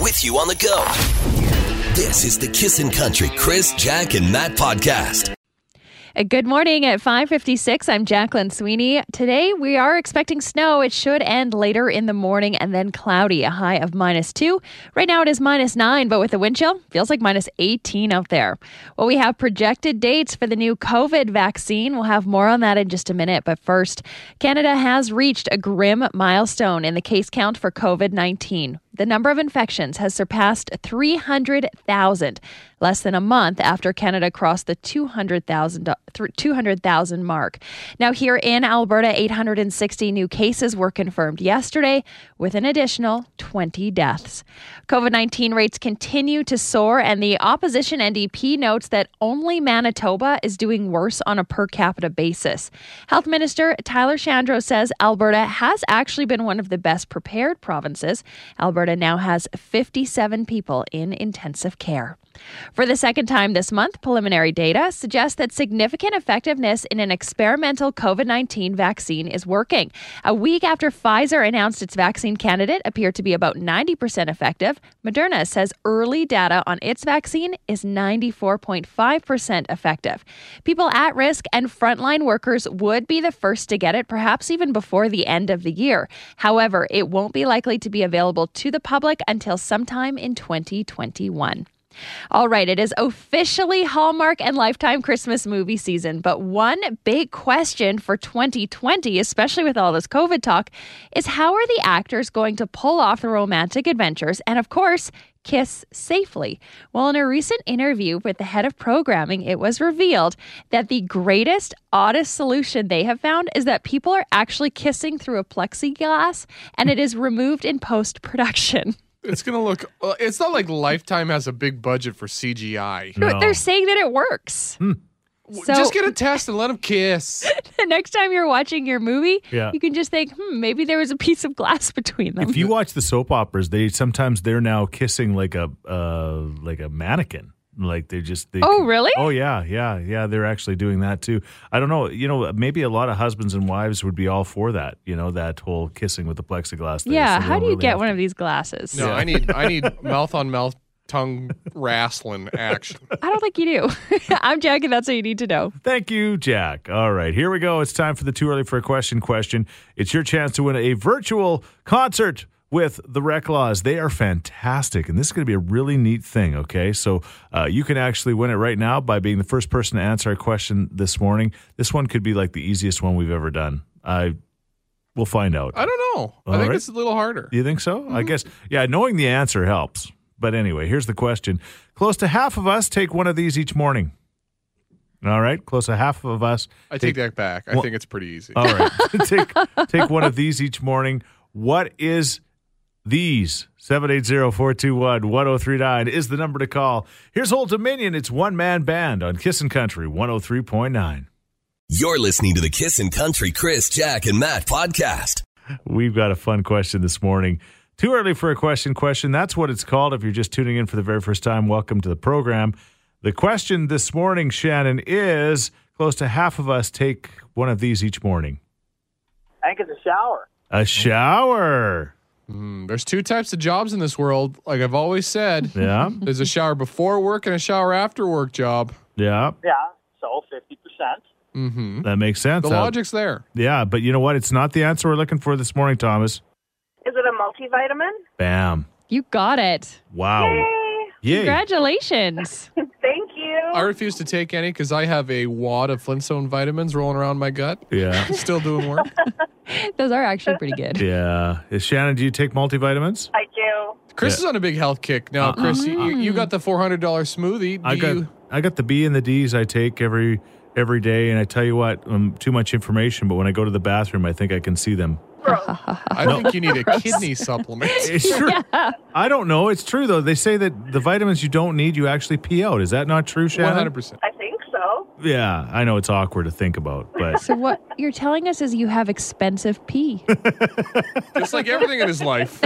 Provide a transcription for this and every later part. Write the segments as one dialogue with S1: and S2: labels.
S1: with you on the go. This is the Kissin' Country Chris, Jack, and Matt podcast.
S2: Uh, Good morning at 5:56. I'm Jacqueline Sweeney. Today we are expecting snow. It should end later in the morning and then cloudy, a high of minus 2. Right now it is minus 9, but with the wind chill, feels like minus 18 out there. Well, we have projected dates for the new COVID vaccine. We'll have more on that in just a minute, but first, Canada has reached a grim milestone in the case count for COVID-19 the number of infections has surpassed 300,000, less than a month after Canada crossed the 200,000 do- thr- 200,000 mark. Now, here in Alberta, 860 new cases were confirmed yesterday, with an additional 20 deaths. COVID 19 rates continue to soar, and the opposition NDP notes that only Manitoba is doing worse on a per capita basis. Health Minister Tyler Shandro says Alberta has actually been one of the best prepared provinces. Alberta now has 57 people in intensive care. For the second time this month, preliminary data suggests that significant effectiveness in an experimental COVID 19 vaccine is working. A week after Pfizer announced its vaccine candidate appeared to be about 90% effective, Moderna says early data on its vaccine is 94.5% effective. People at risk and frontline workers would be the first to get it, perhaps even before the end of the year. However, it won't be likely to be available to the public until sometime in 2021. All right, it is officially Hallmark and Lifetime Christmas movie season. But one big question for 2020, especially with all this COVID talk, is how are the actors going to pull off the romantic adventures and, of course, kiss safely? Well, in a recent interview with the head of programming, it was revealed that the greatest, oddest solution they have found is that people are actually kissing through a plexiglass and it is removed in post production.
S3: It's gonna look. uh, It's not like Lifetime has a big budget for CGI.
S2: No, They're saying that it works.
S4: Hmm.
S3: W-
S2: So-
S3: Just get a test and let them kiss.
S2: The next time you're watching your movie,
S4: Yeah.
S2: you can just think, hmm, maybe there was a piece of glass between them.
S4: If you watch the soap operas, they sometimes they're now kissing like a uh, like a mannequin. Like they're just they,
S2: Oh, really?
S4: Oh yeah, yeah, yeah. They're actually doing that too. I don't know. You know, maybe a lot of husbands and wives would be all for that. You know, that whole kissing with the plexiglass. Thing.
S2: yeah,
S4: So
S2: how
S4: we'll
S2: do you
S4: really
S2: get
S4: have
S2: one
S4: to-
S2: of these glasses?
S3: No, I need I need mouth on mouth, tongue wrestling action.
S2: I don't think you do. I'm Jack, and that's what you need to know.
S4: Thank you, Jack. All right, here we go. It's time for the too early for a question question. It's your chance to win a virtual concert with the Reclaws. They are fantastic, and this is going to be a really neat thing. Okay, so uh, you can actually win it right now by being the first person to answer our question this morning. This one could be like the easiest one we've ever done. I, we'll find out.
S3: I don't know. I
S4: All
S3: think
S4: right.
S3: it's a little harder.
S4: You think so?
S3: Mm-hmm.
S4: I guess, yeah, knowing the answer helps. But anyway, here's the question. Close to half of us take one of these each morning. All right, close to half of us.
S3: I take that back. I
S4: Well-
S3: think it's pretty easy.
S4: All right, take take one of these each morning. What is these? 780-421-1039 is the number to call. Here's Old Dominion. It's one man band on Kissin' Country 103.9.
S1: You're listening to the Kissin' Country Chris, Jack, and Matt podcast.
S4: We've got a fun question this morning. Too early for a question question. That's what it's called. If you're just tuning in for the very first time, welcome to the program. The question this morning, Shannon, is close to half of us take one of these each morning.
S5: I think it's a shower.
S4: A shower.
S3: Mm, there's two types of jobs in this world. Like I've always said,
S4: Yeah.
S3: there's a shower before work and a shower after work job.
S4: Yeah.
S5: Yeah, so fifty percent.
S3: hmm
S4: That makes sense.
S3: The
S4: Uh,
S3: logic's there.
S4: Yeah, but you know what? It's not the answer we're looking for this morning, Thomas.
S6: Is it a multivitamin?
S4: Bam.
S2: You got it.
S4: Wow.
S6: Yay!
S4: Yay.
S2: Congratulations.
S6: Thank you.
S3: I refuse to take any because I have a wad of Flintstone vitamins rolling around my gut.
S4: Yeah.
S3: Still doing work.
S2: Those are actually pretty good.
S4: Yeah. Is Shannon, do you take multivitamins?
S6: I do.
S3: Chris
S4: Yeah. Uh-huh.
S3: is on a big health kick now. Chris, you, you got the four hundred dollar smoothie. Do
S4: I got
S3: you,
S4: I got the B and the D's I take every every day and I tell you what, um, too much information, but when I go to the bathroom, I think I can see them.
S6: Gross.
S3: I think you need a kidney supplement.
S4: It's true. I don't know. It's true though. They say that the vitamins you don't need, you actually pee out. Is that not true,
S3: One
S4: Shannon?
S3: hundred percent.
S6: I think so.
S4: Yeah, I know it's awkward to think about, but
S2: So, what you're telling us is you have expensive pee.
S3: Just like everything in his life.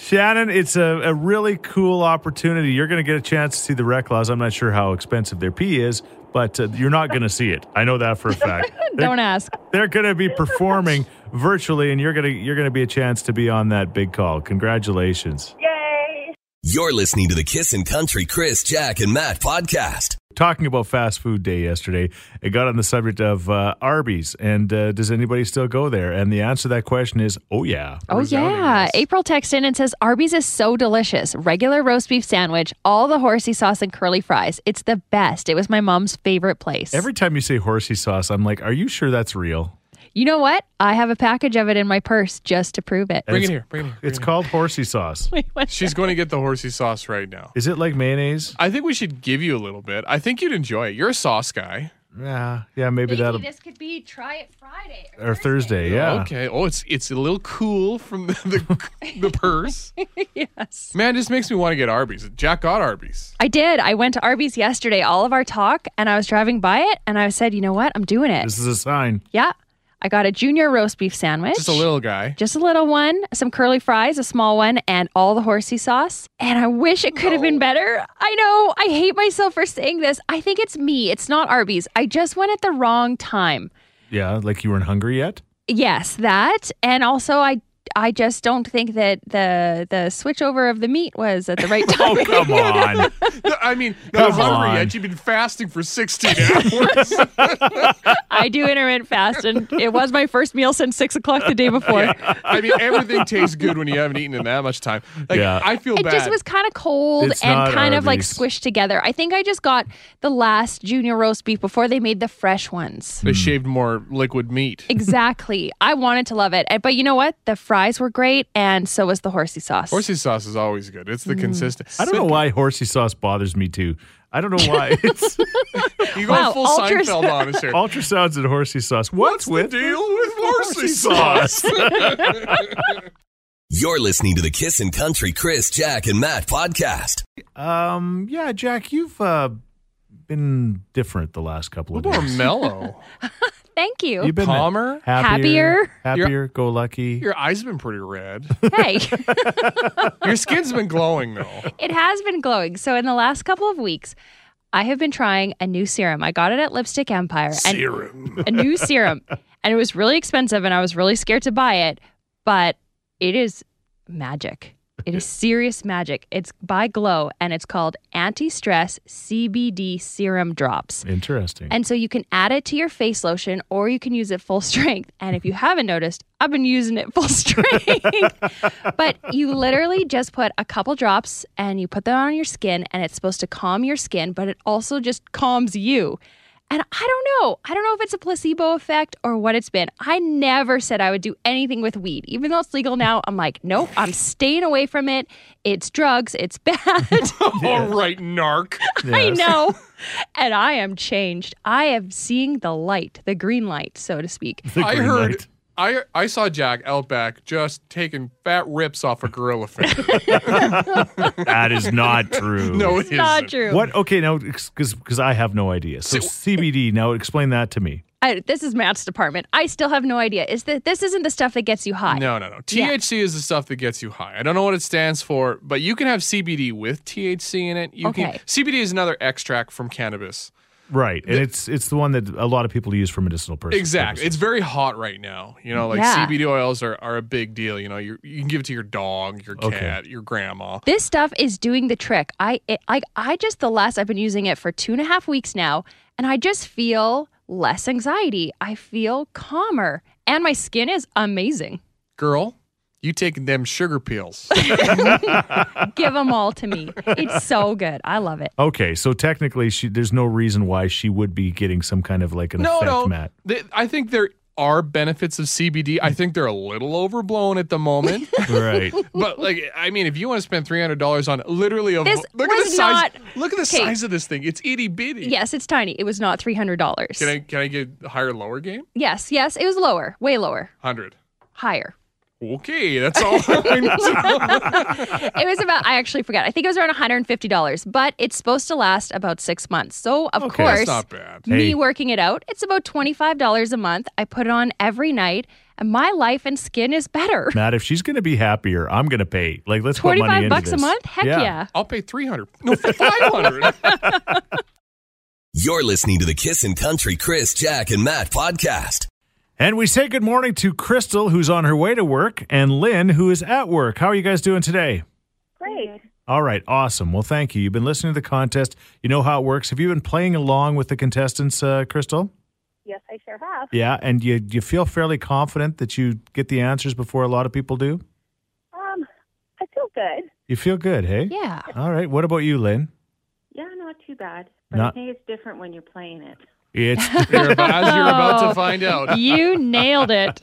S4: Shannon, it's a, a really cool opportunity. You're going to get a chance to see the Reclaws. I'm not sure how expensive their pee is, but uh, you're not going to see it. I know that for a fact.
S2: Don't ask.
S4: They're going to be performing virtually, and you're gonna you're gonna be a chance to be on that big call. Congratulations.
S6: Yay.
S1: You're listening to the Kissin' Country Chris, Jack, and Matt podcast.
S4: Talking about fast food day yesterday, it got on the subject of uh, Arby's and uh, does anybody still go there? And the answer to that question is, oh yeah.
S2: Oh,
S3: Resounding
S2: yeah.
S3: yes.
S2: April texts in and says Arby's is so delicious. Regular roast beef sandwich, all the horsey sauce and curly fries. It's the best. It was my mom's favorite place.
S4: Every time you say horsey sauce, I'm like, are you sure that's real?
S2: you know what? I have a package of it in my purse just to prove it.
S4: And
S3: Bring it
S4: it's-
S3: here. Bring it here. bring
S4: It's
S3: it here.
S4: called horsey sauce.
S3: She's going to get the horsey sauce right now.
S4: Is it like mayonnaise?
S3: I think we should give you a little bit. I think you'd enjoy it. You're a sauce guy.
S4: Yeah, yeah, maybe that'll
S2: this could be try it Friday
S4: or Thursday. Yeah.
S3: Okay. Oh, it's it's a little cool from the the, the purse.
S2: Yes.
S3: Man, it just makes me want to get Arby's. Jack got Arby's.
S2: I did. I went to Arby's yesterday, all of our talk, and I was driving by it and I said, you know what? I'm doing it.
S4: This is a sign.
S2: yeah. I got a junior roast beef sandwich.
S3: Just a little guy.
S2: Just a little one, some curly fries, a small one, and all the horsey sauce. And I wish it could have been better. I know. I hate myself for saying this. I think it's me. It's not Arby's. I just went at the wrong time.
S4: Yeah, like you weren't hungry yet.
S2: Yes, that. And also I I just don't think that the the switchover of the meat was at the right time.
S4: Oh come on!
S3: No, I mean, not
S4: Come
S3: hungry
S4: on.
S3: yet. You've been fasting for 16 hours.
S2: I do intermittent fast and it was my first meal since six o'clock the day before.
S3: I mean, everything tastes good when you haven't eaten in that much time. Like,
S4: Yeah.
S3: I feel
S2: It
S3: bad.
S2: just was kind of cold
S4: It's
S2: and
S4: not
S2: kind of like
S4: Arby's.
S2: squished together. I think I just got the last junior roast beef before they made the fresh ones.
S3: they shaved more liquid meat.
S2: Exactly. I wanted to love it. And- But you know what? The fries were great and so was the horsey sauce.
S3: Horsey sauce is always good. It's
S2: Mm.
S3: the consistent.
S4: I don't know why horsey sauce bothers me too. I don't know why. It's
S3: You
S2: Wow,
S3: go full
S2: ultra-
S3: Seinfeld on us here.
S4: ultrasounds and horsey sauce. What's, with
S3: the deal with horsey
S4: sauce?
S3: sauce?
S1: You're listening to the Kissin' Country Chris, Jack, and Matt podcast.
S4: Um, yeah, Jack, you've uh, been different the last couple
S3: A
S4: of
S3: little more
S4: days.
S3: mellow.
S2: Thank you.
S4: You've been
S3: Calmer?
S4: happier,
S2: Happier?
S4: happier,
S3: You're-
S4: go lucky.
S3: Your eyes have been pretty red.
S2: hey,
S3: Your skin's been glowing though.
S2: it has been glowing. So in the last couple of weeks, I have been trying a new serum. I got it at Lipstick Empire. and-
S3: Serum.
S2: a new serum and it was really expensive and I was really scared to buy it, but it is magic. It is serious magic. It's by Glow and it's called Anti Stress CBD Serum Drops.
S4: Interesting.
S2: And so you can add it to your face lotion or you can use it full strength. And if you haven't noticed, I've been using it full strength. but you literally just put a couple drops and you put them on your skin and it's supposed to calm your skin, but it also just calms you. And I don't know. I don't know if it's a placebo effect or what it's been. I never said I would do anything with weed. Even though it's legal now, I'm like, nope, I'm staying away from it. It's drugs, it's bad.
S3: All right, narc.
S2: I
S4: Yes.
S2: know. And I am changed. I am seeing the light, the green light, so to speak.
S4: The
S3: I
S4: green
S3: heard.
S4: light.
S3: I I saw Jack Outback just taking fat rips off a gorilla finger.
S4: that is not true.
S3: no, it
S2: It's not
S3: isn't.
S2: true.
S4: What? Okay, now because because I have no idea. So CBD. Now explain that to me.
S2: I, this is Matt's department. I still have no idea. Is that this isn't the stuff that gets you high?
S3: No, no, no.
S2: Yeah.
S3: THC is the stuff that gets you high. I don't know what it stands for, but you can have CBD with THC in it. You
S2: Okay.
S3: can CBD is another extract from cannabis.
S4: Right, and it's it's the one that a lot of people use for medicinal purposes.
S3: Exactly. It's very hot right now. You know, like
S2: Yeah.
S3: CBD oils are, are a big deal. You know, you you can give it to your dog, your
S4: Okay.
S3: cat, your grandma.
S2: This stuff is doing the trick. I it, I I just the last I've been using it for two and a half weeks now, and I just feel less anxiety. I feel calmer, and my skin is amazing.
S3: Girl, you taking them sugar pills.
S2: Give them all to me. It's so good. I love it.
S4: Okay, so technically, she, there's no reason why she would be getting some kind of like an
S3: no,
S4: effect,
S3: no.
S4: Matt.
S3: Th- I think there are benefits of CBD. I think they're a little overblown at the moment.
S4: Right.
S3: But like, I mean, if you want to spend three hundred dollars on literally a
S2: This
S3: look at the
S2: was
S3: size,
S2: not-
S3: look at the
S2: Okay.
S3: size of this thing. It's itty bitty.
S2: Yes, it's tiny. It was not three hundred dollars.
S3: Can I can I get a higher lower game?
S2: Yes, yes, it was lower, way lower,
S3: Hundred.
S2: higher.
S3: Okay, that's all. I need to know.
S2: It was about, I actually forgot. I think it was around $150, but it's supposed to last about six months. So, of
S4: Okay.
S2: course,
S3: that's not bad.
S2: me
S4: Hey.
S2: working it out, it's about $25 a month. I put it on every night, and my life and skin is better.
S4: Matt, if she's going to be happier, I'm going to pay. Like, let's put money
S2: 25
S4: into
S2: bucks a
S4: this.
S2: month? Heck yeah.
S3: I'll pay three hundred. No, five hundred.
S1: You're listening to the Kissin' Country Chris, Jack, and Matt podcast.
S4: And we say good morning to Crystal, who's on her way to work, and Lynn, who is at work. How are you guys doing today?
S6: Great.
S4: All right, awesome. Well, thank you. You've been listening to the contest. You know how it works. Have you been playing along with the contestants, uh, Crystal?
S6: Yes, I sure have.
S4: Yeah, and you you feel fairly confident that you get the answers before a lot of people do.
S6: Um, I feel good.
S4: You feel good, hey?
S2: Yeah.
S4: All right. What about you, Lynn?
S7: Yeah, not too bad. But I
S4: Not-
S7: think it's different when you're playing it.
S4: It's
S3: You're about, as you're about to find out.
S2: You nailed it.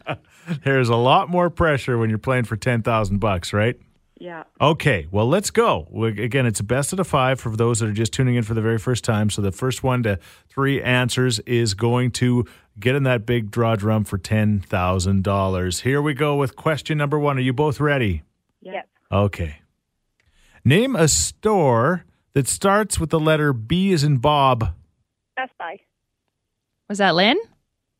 S4: there's a lot more pressure when you're playing for ten thousand bucks, right?
S7: Yeah.
S4: Okay, well, let's go. We- Again, it's a best of the five for those that are just tuning in for the very first time. So the first one to three answers is going to get in that big draw drum for $10,000. Here we go with question number one. Are you both ready?
S6: Yes.
S4: Okay. Name a store that starts with the letter B as in Bob.
S6: Best Buy.
S2: Was that Lynn?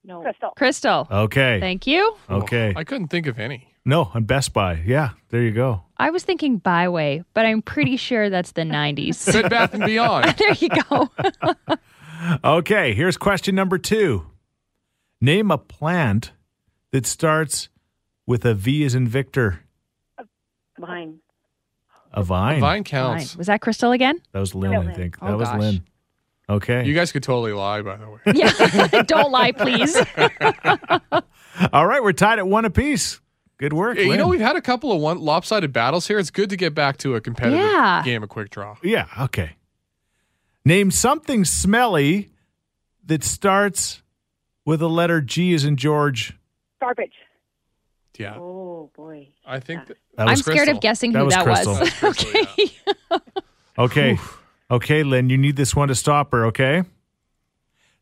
S7: No.
S6: Crystal.
S2: Crystal.
S4: Okay.
S2: Thank you.
S4: okay.
S3: I couldn't think of any.
S4: no, and Best Buy. Yeah, there you go.
S2: I was thinking Byway, but I'm pretty sure that's the 90s.
S3: Bed Bath and Beyond.
S2: there you go.
S4: Okay, here's question number two. Name a plant that starts with a V as in Victor.
S7: Mine.
S4: A vine.
S3: Vine
S2: Fine.
S3: counts.
S2: Was that Crystal again?
S4: That was Lynn, I think.
S2: Oh,
S4: that was
S2: gosh.
S4: Lynn. Okay.
S3: You guys could totally lie, by the way.
S2: Yeah. Don't lie, please.
S4: All right, we're tied at one apiece. Good work,
S3: Yeah, you
S4: Lynn.
S3: know, we've had a couple of one lopsided battles here. It's good to get back to a competitive
S2: Yeah.
S3: game of quick draw.
S4: yeah, okay. Name something smelly that starts with a letter G as in George.
S6: Garbage.
S3: Yeah.
S7: Oh boy.
S3: I think th-
S4: That
S2: I'm
S4: was
S2: scared
S3: Crystal.
S2: of guessing
S4: That
S2: who
S4: was
S2: that was.
S4: Crystal.
S3: Crystal, yeah.
S2: okay.
S4: Okay. Okay, Lynn, you need this one to stop her, okay?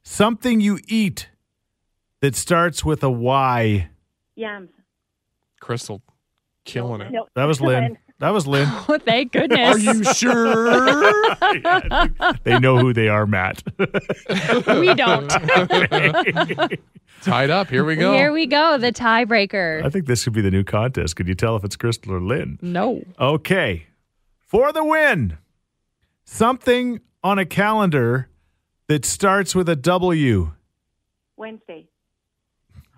S4: Something you eat that starts with a Y.
S7: Yams.
S3: Crystal killing it.
S6: No.
S4: That was Lynn. That was Lynn.
S2: Oh, thank goodness.
S3: Are you sure?
S4: they know who they are, Matt.
S2: we don't.
S3: Tied up. Here we go.
S2: Here we go. The tiebreaker.
S4: I think this could be the new contest. Could you tell if it's Crystal or Lynn?
S2: no.
S4: Okay. For the win, something on a calendar that starts with a W.
S7: Wednesday.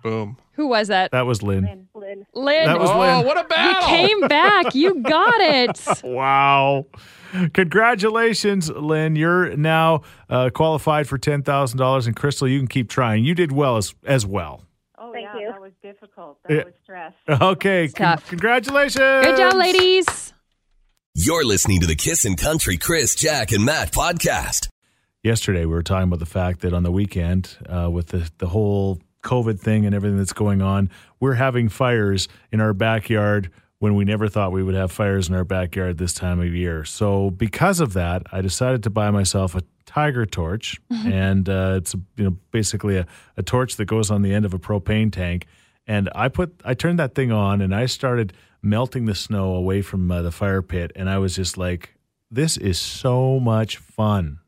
S3: Boom.
S2: Who was that?
S4: That was Lynn.
S7: Lynn.
S6: Lynn.
S2: Lynn.
S4: That was
S3: oh,
S4: Lynn.
S3: what a
S2: you
S3: battle.
S2: came back. You got it.
S4: Wow. Congratulations, Lynn. You're now uh, qualified for $10,000. And Crystal, you can keep trying. You did well as, as well.
S7: Oh
S6: Thank
S7: yeah,
S6: you.
S7: that was difficult. That
S4: Yeah.
S7: was stress.
S4: Okay. con-
S2: tough.
S4: congratulations.
S2: Good job, ladies.
S1: You're listening to the Kissin' Country Chris, Jack, and Matt podcast.
S4: yesterday we were talking about the fact that on the weekend uh, with the, the whole covid thing and everything that's going on we're having fires in our backyard when we never thought we would have fires in our backyard this time of year so because of that i decided to buy myself a tiger torch and uh, it's you know basically a, a torch that goes on the end of a propane tank and I put I turned that thing on and I started melting the snow away from uh, the fire pit and I was just like this is so much fun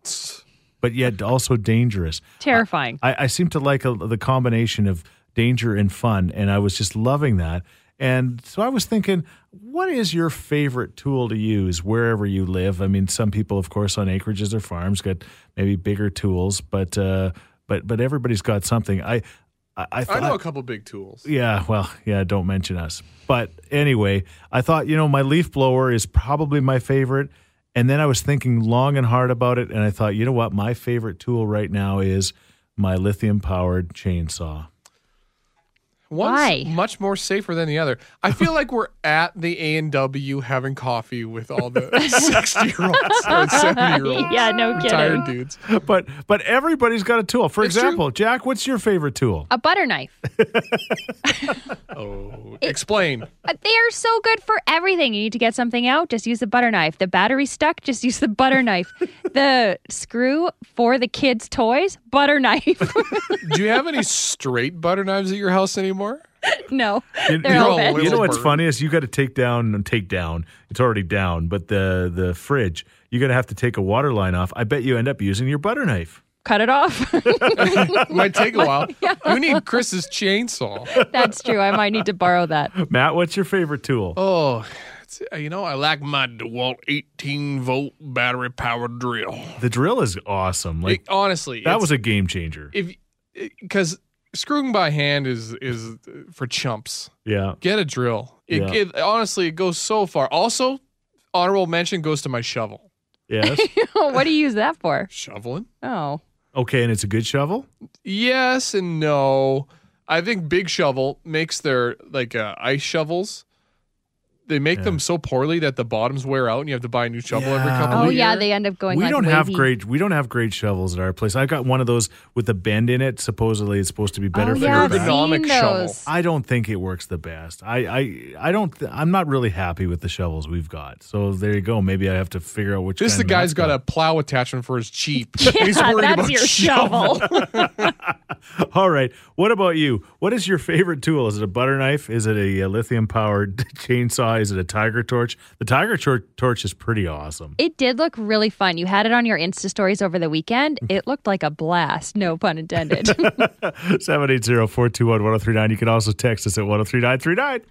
S4: but yet also dangerous.
S2: Terrifying.
S4: I, I seem to like a, the combination of danger and fun, and I was just loving that. And so I was thinking, what is your favorite tool to use wherever you live? I mean, some people, of course, on acreages or farms got maybe bigger tools, but uh, but but everybody's got something. I I, I
S3: I
S4: thought.
S3: know a couple big tools.
S4: Yeah, well, yeah, don't mention us. But anyway, I thought, you know, my leaf blower is probably my favorite. And then I was thinking long and hard about it. And I thought, you know what? My favorite tool right now is my lithium powered chainsaw.
S3: One's
S2: Why?
S3: much more safer than the other. I feel like we're at the A and W having coffee with all the sixty year olds and seventy year olds.
S2: Yeah, no
S3: Tired
S2: kidding.
S3: dudes.
S4: But but everybody's got a tool. For
S3: It's
S4: example, Jack, what's your favorite tool?
S2: A butter knife.
S3: Oh, explain.
S2: Uh, They are so good for everything. You need to get something out, just use the butter knife. The battery's stuck, just use the butter knife. the screw for the kids' toys, butter knife.
S3: Do you have any straight butter knives at your house anymore?
S2: no,
S4: You,
S2: they're
S4: you
S3: all
S2: all
S3: know-
S2: bent.
S4: you know what's
S3: Little bird.
S4: funny is you got to take down and take down. It's already down, but the the fridge, you're going to have to take a water line off. I bet you end up using your butter knife.
S2: Cut it off.
S3: Might take a while. We need Chris's chainsaw.
S2: That's true. I might need to borrow that.
S4: Matt, what's your favorite tool?
S3: Oh, it's, you know, I like my DeWalt 18 volt battery powered drill.
S4: The drill is awesome. Like
S3: It- honestly,
S4: That
S3: it's-
S4: was a game changer.
S3: if because screwing by hand is is for chumps.
S4: Yeah.
S3: Get a drill. It,
S4: Yeah.
S3: it honestly it goes so far. Also, honorable mention goes to my shovel.
S4: Yes.
S2: what do you use that for?
S3: Shoveling?
S2: Oh,
S4: Okay, and it's a good shovel.
S3: Yes and no. I think Big Shovel makes their like uh, ice shovels. They make them so poorly that the bottoms wear out, and you have to buy a new shovel every
S4: Yeah.
S3: couple
S2: oh
S3: of years.
S2: yeah,
S4: year?
S2: they end up going.
S4: we
S2: like,
S4: don't have
S2: wavy.
S4: great we don't have great shovels at our place. I've got one of those with a bend in it. Supposedly it's supposed to be better
S2: oh,
S4: for
S2: yeah,
S4: your
S2: I've
S4: back.
S2: seen
S3: Ergonomic shovel.
S2: those.
S4: I don't think it works the best. I I, I don't. Th- I'm not really happy with the shovels we've got. So there you go. Maybe I have to figure out which.
S3: Just
S4: kind
S3: the guy's
S4: that's
S3: got a plow attachment for his Jeep.
S2: Yeah,
S3: He's worried
S2: that's
S3: about
S2: your shovel.
S4: All right. What about you? What is your favorite tool? Is it a butter knife? Is it a, lithium powered chainsaw? Is it a tiger torch? The tiger tor- torch is pretty awesome.
S2: It did look really fun. You had it on your Insta stories over the weekend. It looked like a blast, no pun intended.
S4: 780-421-1039. You can also text us at 103939.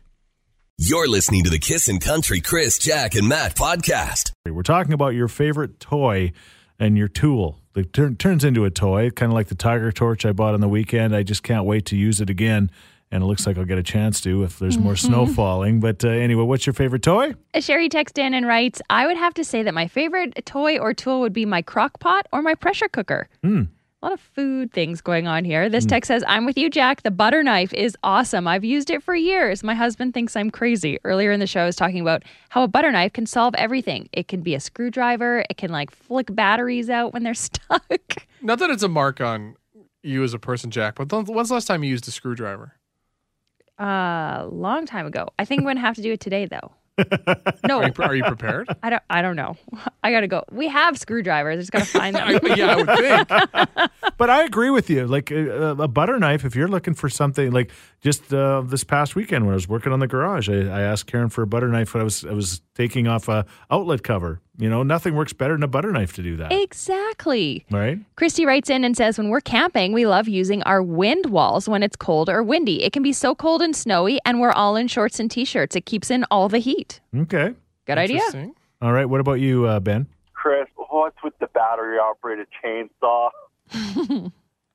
S1: You're listening to the Kissin' Country Chris, Jack, and Matt podcast.
S4: We're talking about your favorite toy and your tool that turn, turns into a toy, kind of like the tiger torch I bought on the weekend. I just can't wait to use it again. And it looks like I'll get a chance to if there's more snow falling. But uh, anyway, what's your favorite toy?
S2: Sherry texts in and writes, I would have to say that my favorite toy or tool would be my crock pot or my pressure cooker. A lot of food things going on here. This text says, I'm with you, Jack. The butter knife is awesome. I've used it for years. My husband thinks I'm crazy. Earlier in the show, I was talking about how a butter knife can solve everything. It can be a screwdriver, it can like flick batteries out when they're stuck.
S3: Not that it's a mark on you as a person, Jack, but th- when's the last time you used a screwdriver?
S2: Uh, long time ago. I think I'm gonna have to do it today though.
S3: Are
S2: No,
S3: you, pre- are you prepared?
S2: I don't. I don't know. I gotta go. We have screwdrivers. I just gotta find them.
S3: yeah, I would think.
S4: But I agree with you. Like uh, a, a butter knife, if you're looking for something, like just uh, this past weekend when I was working on the garage, I, I asked Karen for a butter knife when I was I was taking off a outlet cover. You know, nothing works better than a butter knife to do that,
S2: Exactly.
S4: right?
S2: Christy writes in and says, When we're camping, we love using our wind walls when it's cold or windy. It can be so cold and snowy, and we're all in shorts and t shirts. It keeps in all the heat.
S4: Okay.
S2: Good idea.
S3: Interesting.
S4: All right. What about you, uh, Ben?
S8: Chris, what's with the battery operated chainsaw?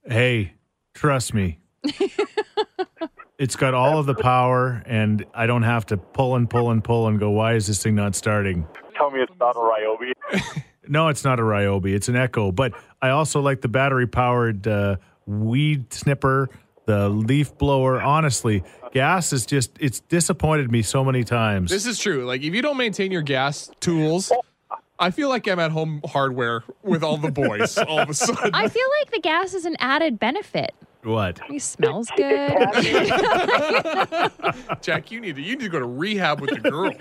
S4: Hey, trust me. it's got all of the power, and I don't have to pull and pull and pull and go, why is this thing not starting?
S8: Tell me it's not a Ryobi.
S4: No, it's not a Ryobi. It's an Echo. But I also like the battery powered uh, weed snipper, the leaf blower. Honestly, gas is just, it's disappointed me so many times.
S3: This is true. Like, if you don't maintain your gas tools, I feel like I'm at home hardware with all the boys all of a sudden.
S2: I feel like the gas is an added benefit.
S4: what?
S2: It smells good.
S3: Jack, you need to you need to go to rehab with the girls.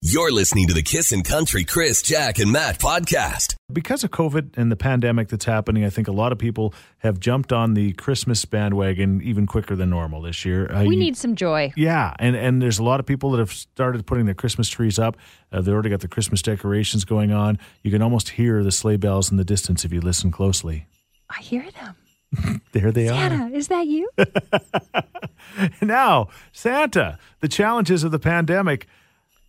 S1: You're listening to the Kissin' Country Chris, Jack, and Matt podcast.
S4: Because of COVID and the pandemic that's happening, I think a lot of people have jumped on the Christmas bandwagon even quicker than normal this year. Uh,
S2: We
S4: you-
S2: need some joy.
S4: Yeah, and and there's a lot of people that have started putting their Christmas trees up. Uh, they already got the Christmas decorations going on. You can almost hear the sleigh bells in the distance if you listen closely.
S2: I hear them.
S4: There they are.
S2: Anna, is that you?
S4: Now, Santa, the challenges of the pandemic.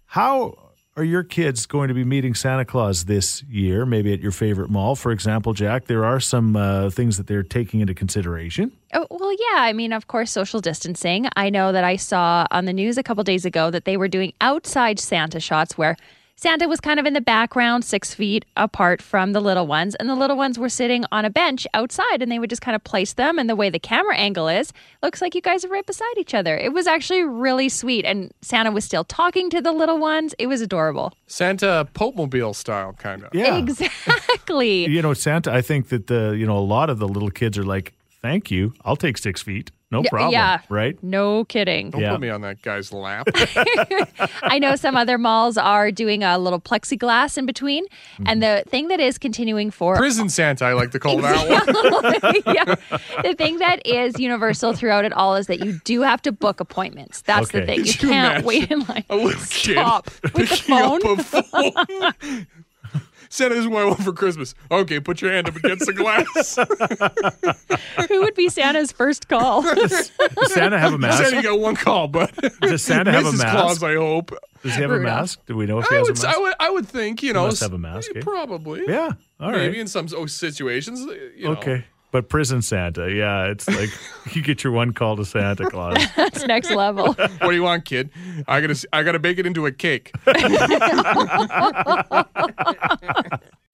S4: How are your kids going to be meeting Santa Claus this year? Maybe at your favorite mall, for example, Jack. There are some uh, things that they're taking into consideration.
S2: Oh, well, yeah. I mean, of course, social distancing. I know that I saw on the news a couple days ago that they were doing outside Santa shots where Santa was kind of in the background, six feet apart from the little ones, and the little ones were sitting on a bench outside, and they would just kind of place them. And the way the camera angle is, looks like you guys are right beside each other. It was actually really sweet, and Santa was still talking to the little ones. It was adorable.
S3: Santa Pope Mobile style, kind of.
S4: Yeah.
S2: Exactly.
S4: you know, Santa, I think that the, you know, a lot of the little kids are like, thank you. I'll take six feet. No
S2: Yeah,
S4: problem.
S2: yeah.
S4: Right?
S2: No kidding.
S3: Don't
S4: Yeah.
S3: put me on that guy's lap.
S2: I know some other malls are doing a little plexiglass in between. And the thing that is continuing for
S3: Prison Santa, I like to call that one.
S2: yeah. The thing that is universal throughout it all is that you do have to book appointments. That's the
S4: Okay.
S2: thing. You,
S3: Could you
S2: can't
S3: imagine
S2: wait in line.
S3: A little kid
S2: Stop with the
S3: picking up
S2: phone.
S3: a phone. Santa, this is what I want for Christmas. Okay, put your hand up against the glass.
S2: Who would be Santa's first call?
S4: Does Santa have
S3: Santa,
S4: a mask?
S3: you got one call, but
S4: Does Santa have a
S3: Mrs.
S4: mask?
S3: Claus, I hope.
S4: Does he have a
S2: Rudolph.
S4: mask? Do we know if he
S3: I
S4: has
S3: would,
S4: a
S3: I
S4: mask?
S3: would, I would think, you know,
S4: must have a
S3: s-
S4: mask, eh?
S3: Probably.
S4: yeah. All right.
S3: Maybe in some oh, situations, you know.
S4: Okay. But prison Santa, yeah, it's like you get your one call to Santa Claus.
S2: That's next level.
S3: What do you want, kid? I gotta, s- I gotta bake it into a cake.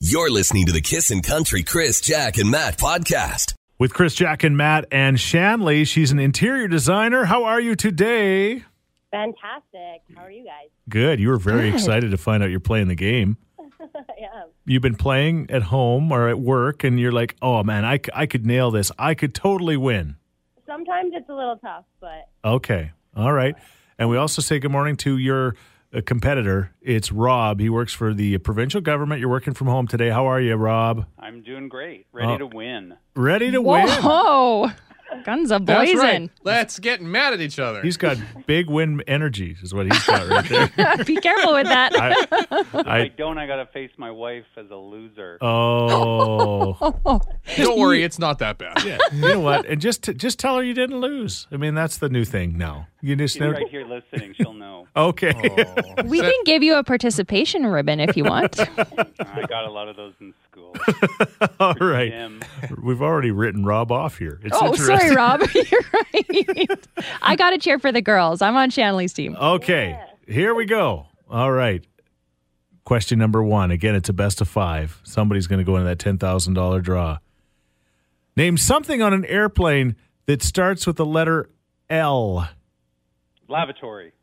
S1: You're listening to the Kissin' Country Chris, Jack, and Matt podcast.
S4: With Chris, Jack, and Matt and Shanley, she's an interior designer. How are you today?
S6: Fantastic. How are you guys?
S4: Good. You were very
S2: Good.
S4: excited to find out you're playing the game.
S6: I am.
S4: You've been playing at home or at work, and you're like, oh man, I, c- I could nail this. I could totally win.
S6: Sometimes it's a little tough, but
S4: Okay. All right. And we also say good morning to your uh, competitor. It's Rob. He works for the provincial government. You're working from home today. How are you, Rob?
S9: I'm doing great. Ready
S4: Oh.
S9: to win.
S4: Ready to win.
S2: Whoa. Guns a
S3: That's
S2: blazing.
S3: right. Let's get mad at each other.
S4: He's got big win energy, is what he's got right there.
S2: Be careful with that.
S4: I,
S9: If
S4: I,
S9: I don't, I got to face my wife as a loser.
S4: oh.
S3: Don't worry, it's not that bad.
S4: Yeah, you know what? And just just tell her you didn't lose. I mean, that's the new thing now. You just
S9: She's
S4: know.
S9: right here listening. She'll know.
S4: Okay.
S2: we can give you a participation ribbon if you want.
S9: I got a lot of those in school.
S4: All right.
S9: Jim,
S4: We've already written Rob off here. It's
S2: oh,
S4: interesting.
S2: sorry, Rob. You're right. I got to cheer for the girls. I'm on Shanley's team.
S4: Okay. Here we go. All right. Question number one. Again, it's a best of five. Somebody's going to go into that $10,000 draw. Name something on an airplane that starts with the letter L.
S9: lavatory.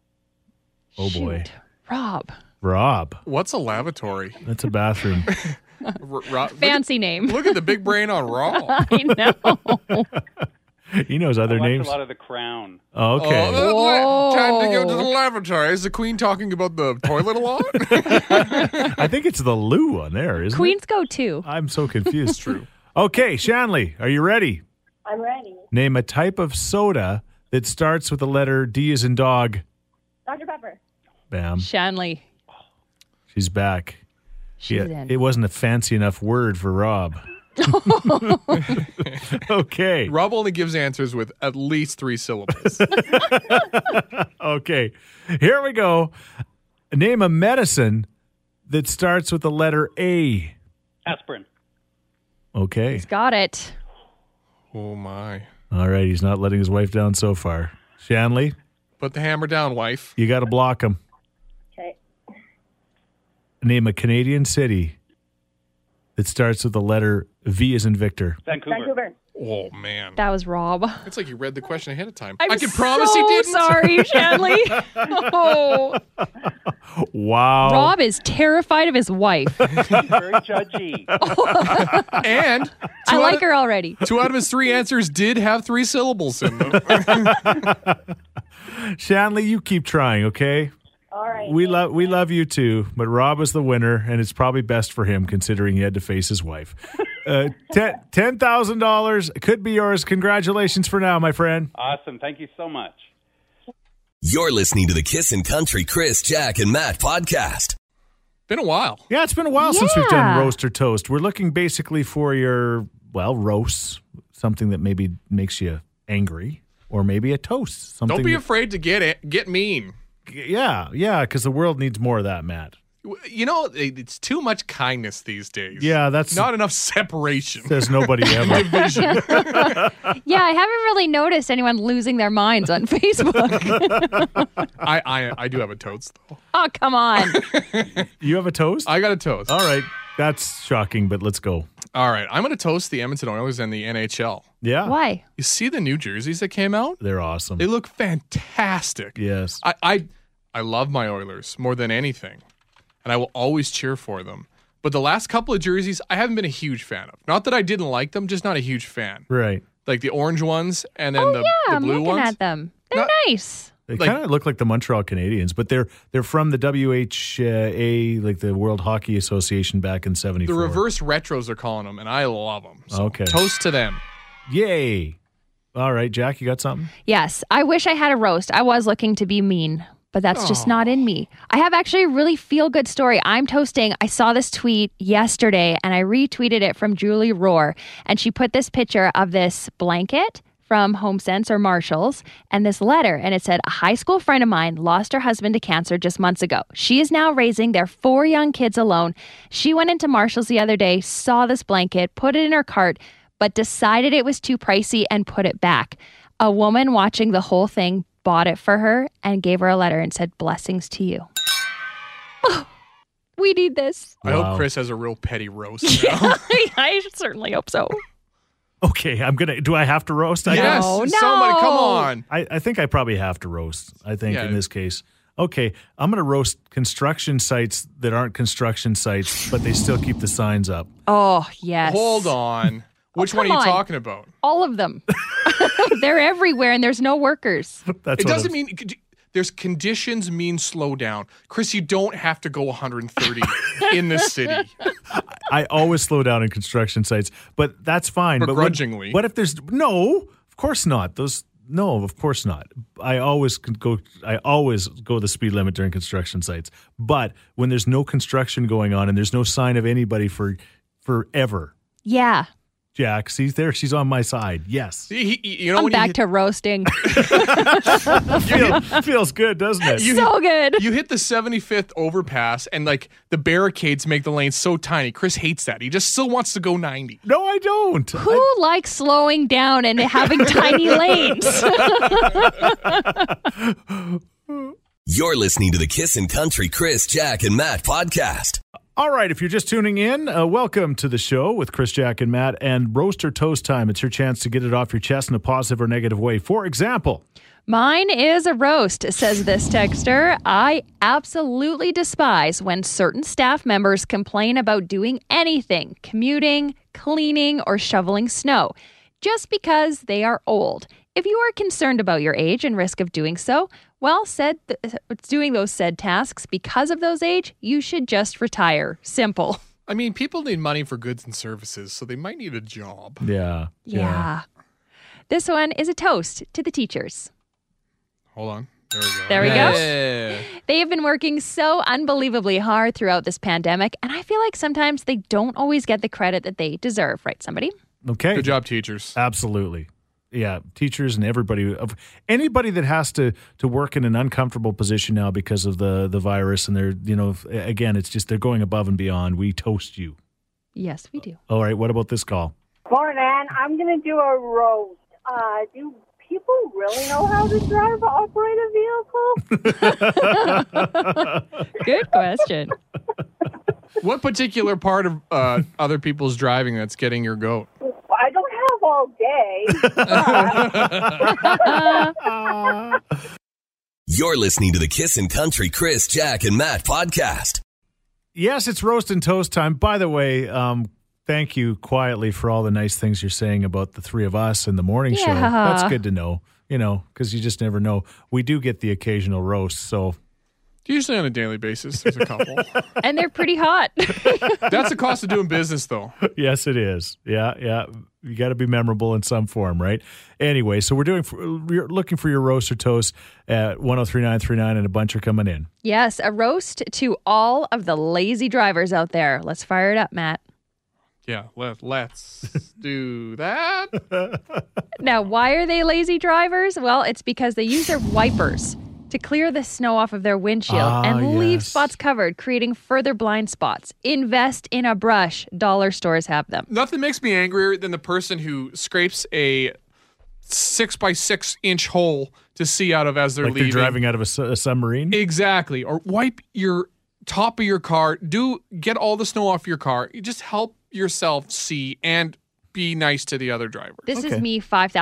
S4: Oh, boy.
S2: Shoot. Rob.
S4: Rob.
S3: What's a lavatory?
S4: That's a bathroom.
S3: R- Ro- look, at-
S2: Fancy name.
S3: look at the big brain on Raw.
S2: I know.
S4: he knows
S9: I
S4: other
S9: watched
S4: names.
S9: a lot of The Crown.
S4: okay.
S3: Oh, look, time to go to
S2: Whoa.
S3: the lavatory. Is the queen talking about the toilet a lot?
S4: I think it's the Lou on there, isn't it?
S2: Queens go too.
S4: I'm so confused. True. Okay, Shanley, are you ready?
S6: I'm ready.
S4: Name a type of soda that starts with the letter D as in dog.
S6: Dr. Pepper.
S4: Bam.
S2: Shanley.
S4: She's back.
S2: She's
S4: Yeah,
S2: in.
S4: It wasn't a fancy enough word for Rob. okay.
S3: Rob only gives answers with at least three syllables.
S4: Okay. Here we go. Name a medicine that starts with the letter A.
S9: Aspirin.
S4: Okay.
S2: Got it.
S3: oh my!
S4: All right. He's not letting his wife down so far. Shanley,
S3: Put the hammer down, wife.
S4: you got to block him.
S6: Okay.
S4: Name a Canadian city that starts with the letter V as in Victor.
S9: Vancouver.
S6: Vancouver.
S3: Oh man!
S2: That was Rob.
S3: It's like you read the question ahead of time.
S2: I'm
S3: I can promise he
S2: so
S3: didn't.
S2: sorry, Shanley. Oh.
S4: Wow.
S2: Rob is terrified of his wife.
S9: She's very judgy.
S3: And
S2: I
S3: out
S2: like
S3: of-
S2: her already.
S3: two out of his three answers did have three syllables in them.
S4: Shanley, you keep trying, okay?
S6: All right.
S4: We love we love you too, but Rob is the winner, and it's probably best for him considering he had to face his wife. Uh, ten ten thousand dollars could be yours. Congratulations for now, my friend.
S9: Awesome. Thank you so much.
S1: You're listening to the Kissin' Country Chris, Jack, and Matt podcast.
S3: Been a while.
S4: Yeah, it's been a while since we've done
S2: Yeah.
S4: roast or toast. We're looking basically for your well roast, something that maybe makes you angry, or maybe a toast. Something.
S3: Don't be
S4: that-
S3: afraid to get it, get mean.
S4: yeah, yeah, because the world needs more of that, Matt.
S3: You know, it- it's too much kindness these days.
S4: Yeah, that's
S3: Not enough separation.
S4: says nobody ever.
S2: Yeah, I haven't really noticed anyone losing their minds on Facebook.
S3: I, I I do have a toast though.
S2: oh, come on.
S4: you have a toast.
S3: I got a toast.
S4: All right, that's shocking, but let's go.
S3: All right, I'm gonna toast the Edmonton Oilers and the NHL.
S4: Yeah.
S2: Why?
S3: You see the new jerseys that came out?
S4: They're awesome.
S3: They look fantastic.
S4: yes.
S3: I, I I love my Oilers more than anything, and I will always cheer for them. But the last couple of jerseys, I haven't been a huge fan of. Not that I didn't like them, just not a huge fan.
S4: right.
S3: Like the orange ones and then the,
S2: Oh, Yeah,
S3: the
S2: I'm
S3: blue
S2: looking
S3: ones.
S2: at them. They're
S3: Not-
S2: nice.
S4: They
S3: Like-
S4: kind of look like the Montreal Canadiens, but they're they're from the WHA, like the World Hockey Association back in
S3: The
S4: '74.
S3: reverse retros are calling them, and I love them.
S4: Okay.
S3: Toast to them.
S4: Yay! All right, Jack, you got something?
S2: Yes, I wish I had a roast. I was looking to be mean, but that's just not in me. I have actually a really feel good story. I'm toasting. I saw this tweet yesterday and I retweeted it from Julie Rohr, and she put this picture of this blanket from HomeSense or Marshalls and this letter and it said a high school friend of mine lost her husband to cancer just months ago. She is now raising their four young kids alone. She went into Marshalls the other day, saw this blanket, put it in her cart, but decided it was too pricey and put it back. A woman watching the whole thing bought it for her and gave her a letter and said, Blessings to you. Oh, we need this.
S3: I
S4: Wow.
S3: hope Chris has a real petty roast now.
S2: I certainly hope so.
S4: Okay, I'm gonna. Do I have to roast? I
S3: yes,
S2: No,
S3: somebody, come
S2: no.
S3: on.
S4: I, I think I probably have to roast. I think
S3: Yeah.
S4: in this case. Okay, I'm going to roast construction sites that aren't construction sites, but they still keep the signs up.
S2: Oh, yes.
S3: Hold on. Which one are
S2: come
S3: you
S2: on.
S3: talking about?
S2: All of them. They're everywhere and there's no workers.
S4: That's
S3: it
S4: what
S3: doesn't
S4: I'm-
S3: mean there's conditions mean slow down. Chris, you don't have to go 130 in this city.
S4: I always slow down in construction sites, but that's fine. But what-
S3: Begrudgingly.
S4: What, if there's no? Of course not. Those no, of course not. I always can go. I always go the speed limit during construction sites. But when there's no construction going on and there's no sign of anybody for forever,
S2: Yeah.
S4: Jack. See there, she's on my side. Yes,
S3: He- he- you know
S2: I'm
S3: when you
S2: back
S3: hit-
S2: to roasting.
S4: Feel- feels good, doesn't it?
S2: so good.
S3: you hit the 75th overpass and like the barricades make the lane so tiny. Chris hates that. He just still wants to go 90.
S4: no, I don't.
S2: Who likes slowing down and having tiny lanes?
S1: You're listening to the Kissin' Country Chris, Jack, and Matt podcast.
S4: All right, if you're just tuning in, uh, welcome to the show with Chris, Jack, and Matt. And roast or toast time. It's your chance to get it off your chest in a positive or negative way. For example,
S2: Mine is a roast, says this texter. I absolutely despise when certain staff members complain about doing anything, commuting, cleaning, or shoveling snow, just because they are old. If you are concerned about your age and risk of doing so, well, said th- uh, doing those said tasks because of those age, you should just retire. Simple.
S3: I mean, people need money for goods and services, so they might need a job.
S4: yeah,
S2: yeah. This one is a toast to the teachers.
S3: Hold on. There we go.
S2: There we go.
S3: go.
S2: They have been working so unbelievably hard throughout this pandemic, and I feel like sometimes they don't always get the credit that they deserve, right, somebody?
S4: Okay,
S3: Good job, teachers.
S4: Absolutely. Yeah, teachers and everybody of anybody that has to to work in an uncomfortable position now because of the the virus and they're you know f- again it's just they're going above and beyond. We toast you.
S2: Yes, we do.
S4: All right, what about this call?
S6: Morning. I'm gonna do a roast. Uh, do people really know how to drive or operate a vehicle?
S2: Good question.
S3: what particular part of uh, other people's driving that's getting your goat?
S6: I don't have all day.
S2: Uh,
S1: You're listening to the Kissin' Country Chris, Jack, and Matt podcast.
S4: Yes, it's roast and toast time. By the way, um thank you quietly for all the nice things you're saying about the three of us and the morning show.
S2: Yeah.
S4: That's good to know. You know, because you just never know. We do get the occasional roast, so
S3: Usually on a daily basis, there's a couple.
S2: and they're pretty hot.
S3: that's the cost of doing business, though.
S4: Yes, it is. Yeah, yeah. You got to be memorable in some form, right? Anyway, so we're doing, we're looking for your roast or toast at 103939, and a bunch are coming in.
S2: yes, a roast to all of the lazy drivers out there. Let's fire it up, Matt.
S3: Yeah, let, let's do that.
S2: Now, why are they lazy drivers? Well, it's because they use their wipers to clear the snow off of their windshield
S4: Ah,
S2: and leave
S4: yes.
S2: spots covered, creating further blind spots. Invest in a brush. Dollar stores have them.
S3: Nothing makes me angrier than the person who scrapes a six by six inch hole to see out of as they're
S4: Like
S3: leaving.
S4: they're driving out of a, su- a submarine.
S3: Exactly. Or wipe your top of your car. Do get all the snow off your car. You just help yourself see and be nice to the other driver.
S2: This
S4: Okay.
S2: is me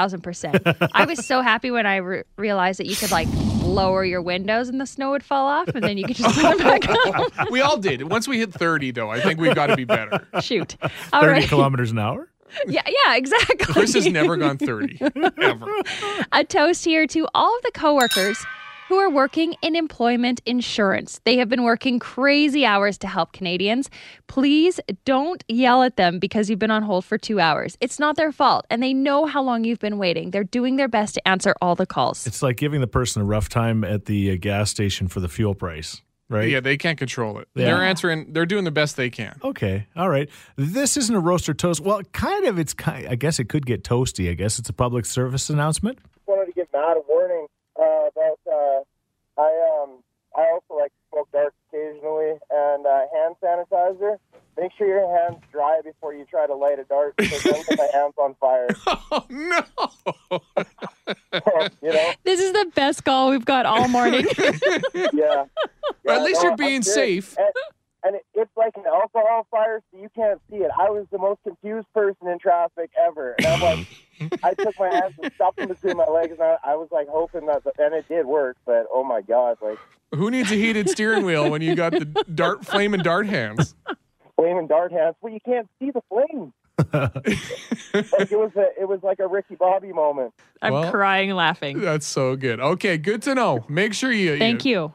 S2: 5,000%. I was so happy when I re- realized that you could like lower your windows and the snow would fall off and then you could just put it back up.
S3: we all did. Once we hit 30, though, I think we've got to be better.
S2: Shoot. All
S4: 30
S2: right.
S4: kilometers an hour?
S2: Yeah, yeah, exactly.
S3: Chris has never gone 30, ever.
S2: A toast here to all of the coworkers who are working in employment insurance. They have been working crazy hours to help Canadians. Please don't yell at them because you've been on hold for 2 hours. It's not their fault and they know how long you've been waiting. They're doing their best to answer all the calls.
S4: It's like giving the person a rough time at the uh, gas station for the fuel price, right?
S3: Yeah, they can't control it.
S4: Yeah.
S3: They're answering, they're doing the best they can.
S4: Okay. All right. This isn't a roast or toast. Well, kind of. It's kind. I guess it could get toasty. I guess it's a public service announcement.
S5: wanted to give Matt a warning uh, about. Uh, I um, I also like to smoke dark occasionally, and uh, hand sanitizer. Make sure your hands dry before you try to light a dart. Because then put my hands on fire.
S3: Oh no!
S5: you know?
S2: This is the best call we've got all morning.
S5: Yeah.
S3: Well, at
S5: Yeah,
S3: least
S5: no,
S3: you're
S5: I'm
S3: being
S5: serious.
S3: safe.
S5: And, and it, it's like an alcohol fire, so you can't see it. I was the most confused person in traffic ever, and I'm like, I took my hands and stuffed them between my legs, and I, I was like hoping that, the, and it did work. But oh my god, like
S3: Who needs a heated steering wheel when you got the dart flame and dart hands?
S5: flaming dart hands, well, you can't see the flame. like it was a, it was like a Ricky Bobby moment.
S2: I'm
S3: Well-
S2: crying laughing.
S3: That's so good. Okay, good to know. Make sure you
S2: Thank you.